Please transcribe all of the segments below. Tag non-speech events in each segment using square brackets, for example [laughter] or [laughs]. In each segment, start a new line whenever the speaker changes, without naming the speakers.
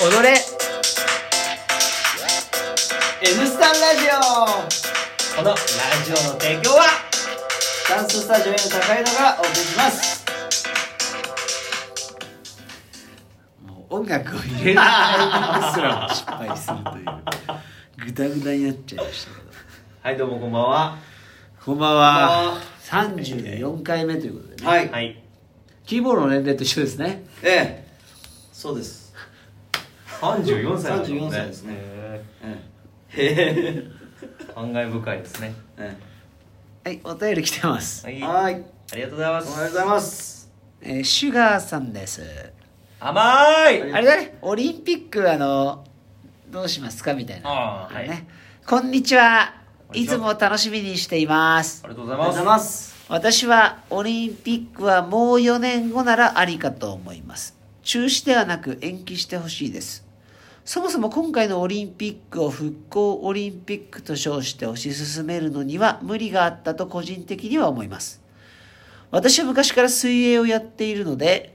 踊れ N スタンラジオこのラジオの提供はダンススタジオ N 高井戸がお送りします
もう音楽を入れるタイミングすらも失敗するというグダグダになっちゃいましたけど
はいどうもこんばんは
こんばん
こんばん
は
は
34回目ということでね、
はい
はい。
キーボードの年齢と一緒ですね
ええそうです
三十四歳なんだもん
34歳ですね
へ
ええへ [laughs]
ー感慨深いですね。
え
はいお便り来てます、
はい。
はい
ありがとうございま
おはようご
す。
ざいます
えーシュガーさんです
甘い。
あれだねオリンピックあのどうしますかみたいな
ああ、はい。あ
ねこんにちは
こん
い
にちは
つも楽しみにしています
りがとうござ
お
い
はよ
ます。
うございます
私はオリンピックはもう4年後ならありかと思います中止ではなく延期してほしいですそもそも今回のオリンピックを復興オリンピックと称して推し進めるのには無理があったと個人的には思います私は昔から水泳をやっているので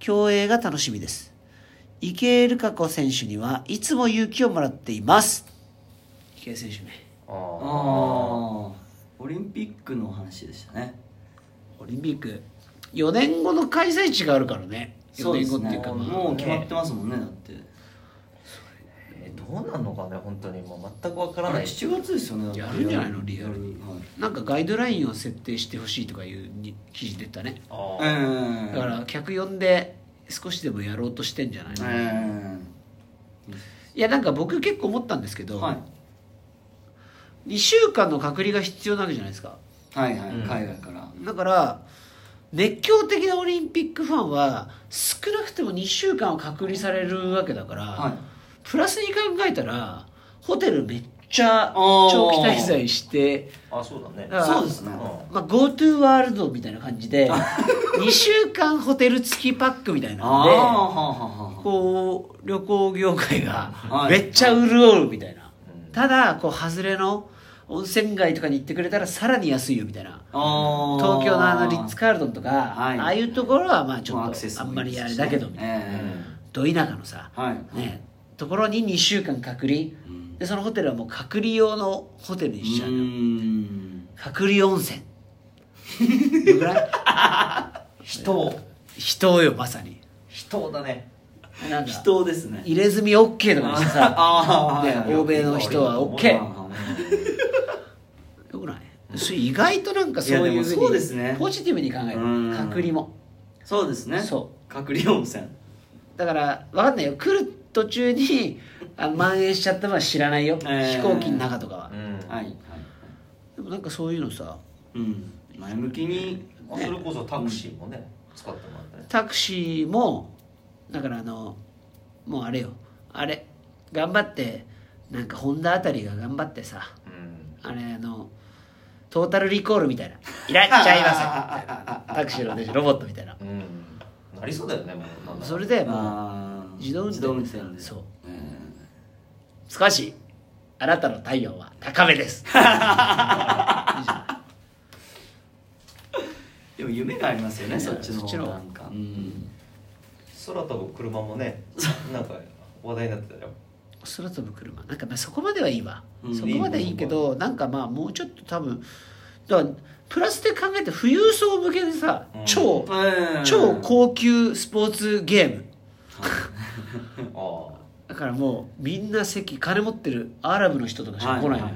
競泳が楽しみです池江璃花子選手にはいつも勇気をもらっています池江選手ね
あ
あ
あ。
あオリンピックのお話でしたね
オリンピック4年後の開催地があるからね4
そうで
年後
す
ってい
ね
うかまあ
もう決まってますもんねだって
えどうなんのかね、本当にもう全くわから
あ
な
れ
い。
7月ですよねだって
やるんじゃないのリアルに
はい
なんかガイドラインを設定してほしいとかいうに記事出たね
ああ。
ええ
だから客呼んで少しでもやろうとしてんじゃないの、い
え
やなんか僕結構思ったんですけ
え
ど、
はい
2週間の隔離が必要なわけじゃないですか
はいはい、
うん
海外から
だから熱狂的なオリンピックファンは少なくても2週間は隔離されるわけだから、
はい
プラスに考えたらホテルめっちゃ
おー
長期滞在して
あ、そうだね。
だから
そうです
ん
ね
まあ、GoTo ワールドみたいな感じで2週間ホテル付きパックみたいなん
ああ
で
はあはあはあ
こう旅行業界が
はい
めっちゃ潤うみたいな
うん
ただこう外れの温泉街とかに行ってくれたらさらに安いよみたいな
あー
東京のあのリッツ・カールドンとか、
はい
ああいうところはまあちょ
ま
っ
アクセス
とあ
もい
んま
いで
り
すしね
あれだけどみたいな
え
ど田舎のさ、
えはい
ね、ところに2週間隔離
うん
でそのホテルはもう隔離用のホテルにしちゃうのよ
ん
隔離温泉 [laughs] どのぐらい
人。
人よまさに
人だね。
なんか
人ですね
入れ墨 OK とかにしてさ
[laughs] あーあーはい
ね欧米の人は OK
い
よくないそれ意外となんかそう
い
い
や
う
で
ふ
も
うに
そうですね
ポジティブに考え
うん
る隔離も
そうですね
そう
隔離温泉
だから分かんないよ来る途中にあ蔓延しちゃったのは知らないよ、
え
飛
ー
行機の中とかは、
うん。あ
はいはい
でもなんかそういうのさ
うん前向きに
それこそタクシーもね、使ってもらったね。
タクシーもだからあのもうあれよあれ頑張ってなんかホンダあたりが頑張ってさ
うん。
あれあのトータルリコールみたいな「いらっしゃいませ」タクシーの私ロボットみたいな
うん。なりそうだよね、もうなんだろう。
それでもう
あー
自動運転
自動運転で
そう
え
「少しあなたの体温は高めです」
えでも夢がありますよね
ね
そっちの
そっちの
方
方
がなんかうん
空飛ぶ車もね、なんか話題になってたよ。
空飛ぶ車なんかまあそこまではいいわ、
うん
そこまではいいけどなんかまあもうちょっと多分だからプラスで考えて富裕層向けでさ、
うん
超、
ええ
超高級スポーツゲーム
ああ。
だからもうみんな席金持ってるアラブの人とかしか来ないのよ、
は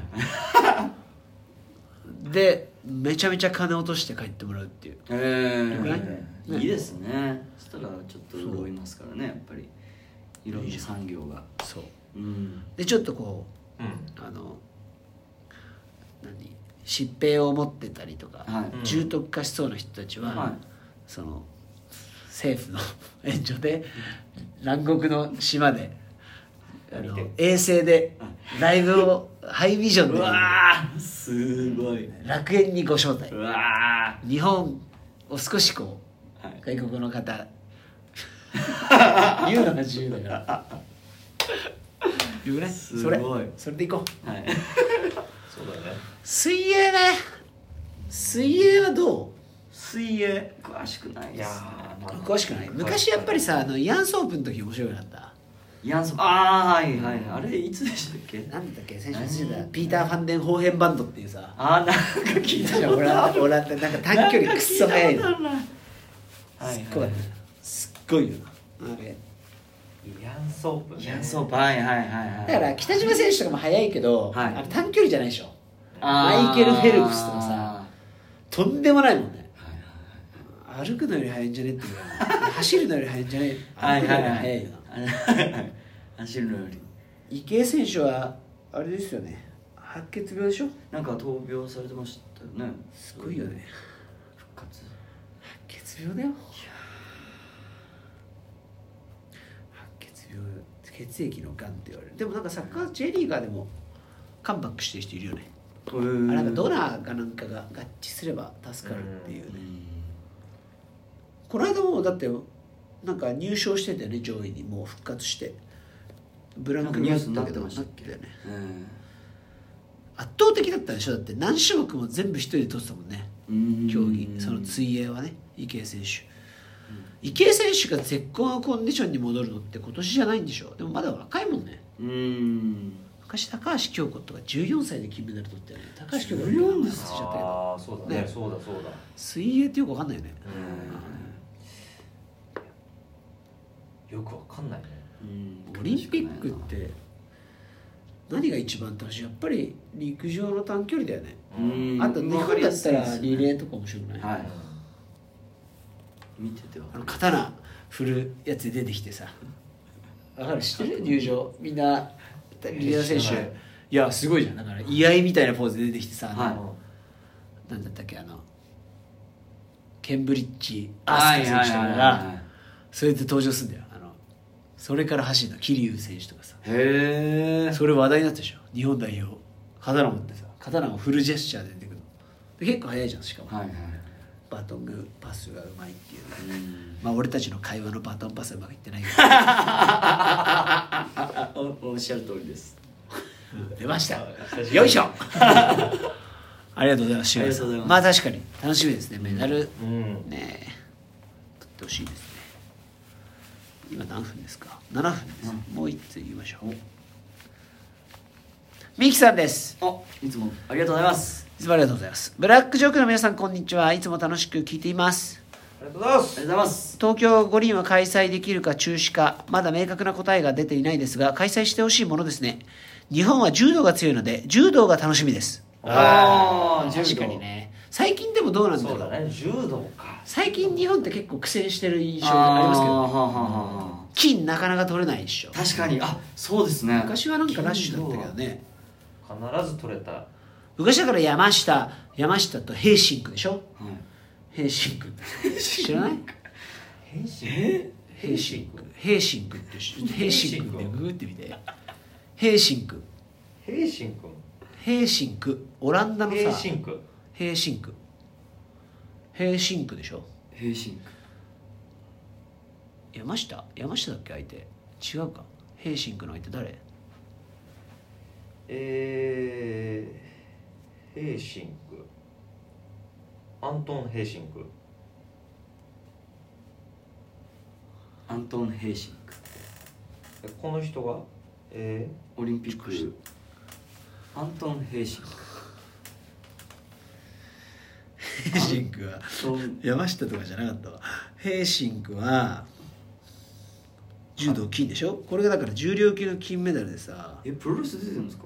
[laughs]
い
でめちゃめちゃ金落として帰ってもらうっていう
え
ぐらい
えいいですねそしたらちょっと動いますからねやっぱりいろんな産業が
そう
うん
でちょっとこ
うん。
うあの何疾病を持ってたりとか、
はい
うん
重篤化しそうな人たちは、
はい
その政府の [laughs] 援助で南国の島であの
見
衛星でライブをハイビジョン
う
で
わーすごい
楽園にご招待
うわ
日本を少しこ
ーはいう
外国の
[laughs]
方言うのが自由だから言うね
す
それ
ごい
それでいこう
はい
そうだよね。
水泳ね水泳はど
水泳詳しくない
い
で
や
すね
ー、
う
まあ
詳しくない昔やっぱりさあのイアンソープの時面白くなかった
イアンソムああはいはいあれいつでしたっけ
なんだっけ先週言ってたピーター・ファンデン・ホーヘンバンドっていうさ
ああなんか聞いたこと
俺
あ
は
る
俺はってなんか短距離くっそ速いの
なんか聞いたことあるなはい
すっご
はいい
すっごいよなあれ
イアンソープ、ね、
イアンソープはいはいはいはい
だから北島選手とかも速いけど、
はい
あれ短距離じゃないでしょ
あー
マイケルフェルプスとかさ
は
とんでもないもんね
いはいはい
歩くのより速いんじゃねっていうぐらい走るのより速いんじゃね
はい
歩く
は
のよ
い
り
は
速い
い
よな。
走るのより。
池江選手はあれですよね白血病でしょ
なんか闘病されてましたよね。
すごいよ。ね
復活。
白血病だよ白血病血液のがんって言われるでもなんかサッカー J リーガーでもカムバックしてる人いるよね
あ
あなんかド
な。
ナーかなんかが合致すれば助かるっていうねこの間もだってなんか入賞してたよね上位にもう復活してブランク
なんかニュースになってました
なっ
ってけ
たよね
うん。
圧倒的だったでしょだって何種目も全部一人で取ってたもんね
うん
競技その水泳はね池江選手、池江選手が絶好のコンディションに戻るのって今年じゃないんでしょでもまだ若いもんね
うん。
昔高橋京子とか14歳で金メダル取ったよね高橋京子
14です
忘れちゃったけど
ああそうだね
ね
そうだそうだ
水泳ってよくわかんないよね
よくわかんないね
オリンピックって何が一番楽しいやっぱり陸上の短距離だよね、
うん。
あと日
わか
本
り
だ
や
っ
す
た
いです
ら
よね
リレーとか面白くない、
はい。見ててわか
あ
る。
の刀振るやつで出てきてさわかる知ってる入場みんなリレー選
知
手
らない
いやすごいじゃんだから居合みたいなポーズで出てきてさ、
は
な
い
んだったっけあのケンブリッジア
は
ス
い
カ選
はい
手とか
はいは
がそれで登場するんだよあのそれから走るの桐生選手とかさ
い。へえ。
それ話題になったでしょ日本代表刀持ってさ刀をフルジェスチャーで出てくるので結構早いじゃんしかも、
はいはい。
バトングパスがうまいっていうね
うん
まあ俺たちの会話のバトンパスはうまくいってないけ
あおおっしゃる通りです。
ど出ました
久しぶり
よいしょ
[laughs]
ありがとうございます
あり
塩井
が
さ
とうんございます
まあ確かに楽しみですねメダル
うん
ね取ってほしいですね今何分ですか7分です、もう一つ言いましょうミキさんです
あいつもありがとうございます。
いつもありがとうございますブラックジョークの皆さんこんにちはいつも楽しく聞いています
ありがとうございま
あ
す
りがとうございます。
東京五輪は開催できるか中止かまだ明確な答えが出ていないですが開催してほしいものですね日本は柔道が強いので柔道が楽しみです
あー
確かにね最近でもどうなんだろ
そううだね柔道か
最近日本って結構苦戦してる印象があり
あ
ま
りますす
け
けど。
ど
はあはあはあはあ。
金なかなか取れないでしょ
確かにあそうですね
昔はなんかラッシュだったけどね
必ず取れた
昔だから山下山下とヘイシンクでしょ
はい
ヘイシン
[laughs]
ク知らない
変身
え
ヘイシンクヘイシンクって知ヘイシンクってグーって見てヘイシンク
ヘイシン君
ヘイシンクオランダの
ヘイ
さ
シン君
ヘイシンクヘイシンクでしょ
平身
山下山下だっけ相手違うかヘイシンクの相手誰
えー、ヘイシンクアントン・ヘイシンク
アントン・ヘイシンク
えこの人がえ
オリンピックアントン・ヘイシンク
ヘイシンクは
そう
山下とかじゃなかったわヘイシンクは柔道金でしょこれがだから重量級の金メダルでさ
えプロレス出てるんですか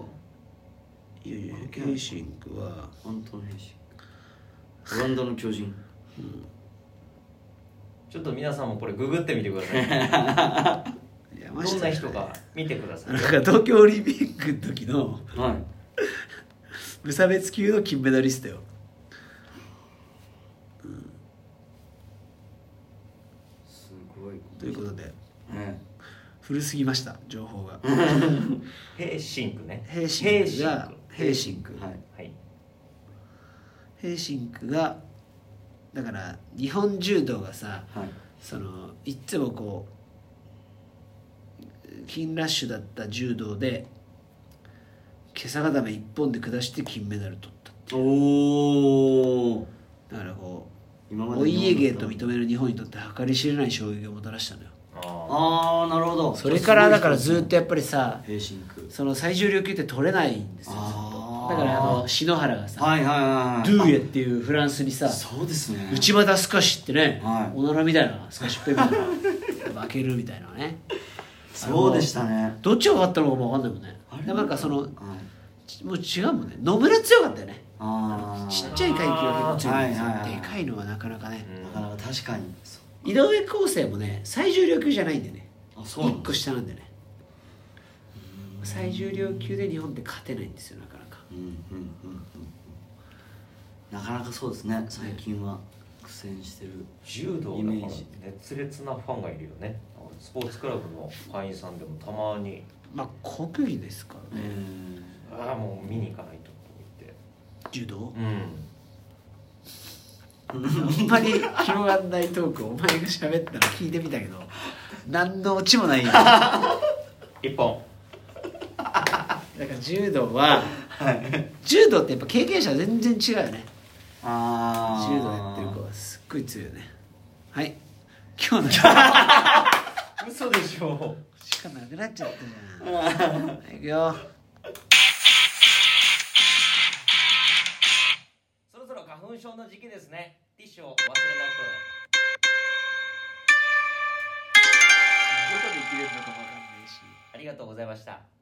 いやいやヘイシンクは
アントン・ヘイシンクオランダの巨人
ー、ちょっと皆さんもこれググってみてくだ
[laughs]
さいど
山
んな
下
人か見てくださ
[laughs]
い
なんか東京オリンピックの時の
はい
無差別級の金メダリストよ
すごい
ということで
ね
古すぎました情報が
ヘイシンクね
ヘイシンクがヘ
ヘ
イ
イ
シ
シ
ン
ン
ク
クはい
はい
ヘイシンクがだから日本柔道がさ
はい
そのいっつもこう金ラッシュだった柔道で袈裟固め一本で下して金メダル取った
おお
だからこ
今
う
まで
お家芸と認める日本にとって計り知れない衝撃をもたらしたのよ
ああ
ああなるほど
それからだからずっとやっぱりさ
平真空
その最重量級って取れないんですよずっ
あ
と
ー
だからあの篠原がさ
はいはいは
ド
い
ゥーエっていうフランスにさ
あそうですね
内股スカシってね、
はい
おならみたいなスカシっぺみたい
[laughs]
な負けるみたいなね
そうでしたね
どっちが勝ったのかも分かんないもんねでもなんかその
はい
ちもう違うもんね野村強かったよね
ああ
ちっちゃい階級は結構強いんですよ、
はいはいはい
でかいのはなかなかね、
なかなか確かにそう
井上康生もね最重量級じゃないんでね
あそうなん
1
だ
個下なんでね最重量級で日本って勝てないんですよなかなか
うんうんうんうんなかなかそうですね最近は苦戦してる
柔道
イ
だ
メ
か
ー
ら
ジ
熱烈なファンがいるよねスポーツクラブの会員さんでもたまに
まあ国技ですから
え
ね
ああもう見に行かないとって
柔道
言って
[laughs] あんまり広がんないトークをお前が喋ったら聞いてみたけど何のオチもないよだか
うん一本
ら柔道は柔道ってやっぱ経験者は全然違うよね
ああ
柔道やってる子はすっごい強いよねはい今日の時
嘘でしょ
間なくなっちゃったじゃ [laughs] んはいいくよ
そろそろ花粉症の時期ですねティッシュを忘れな
どこで切れるのかもわかんないし
くありがとうございました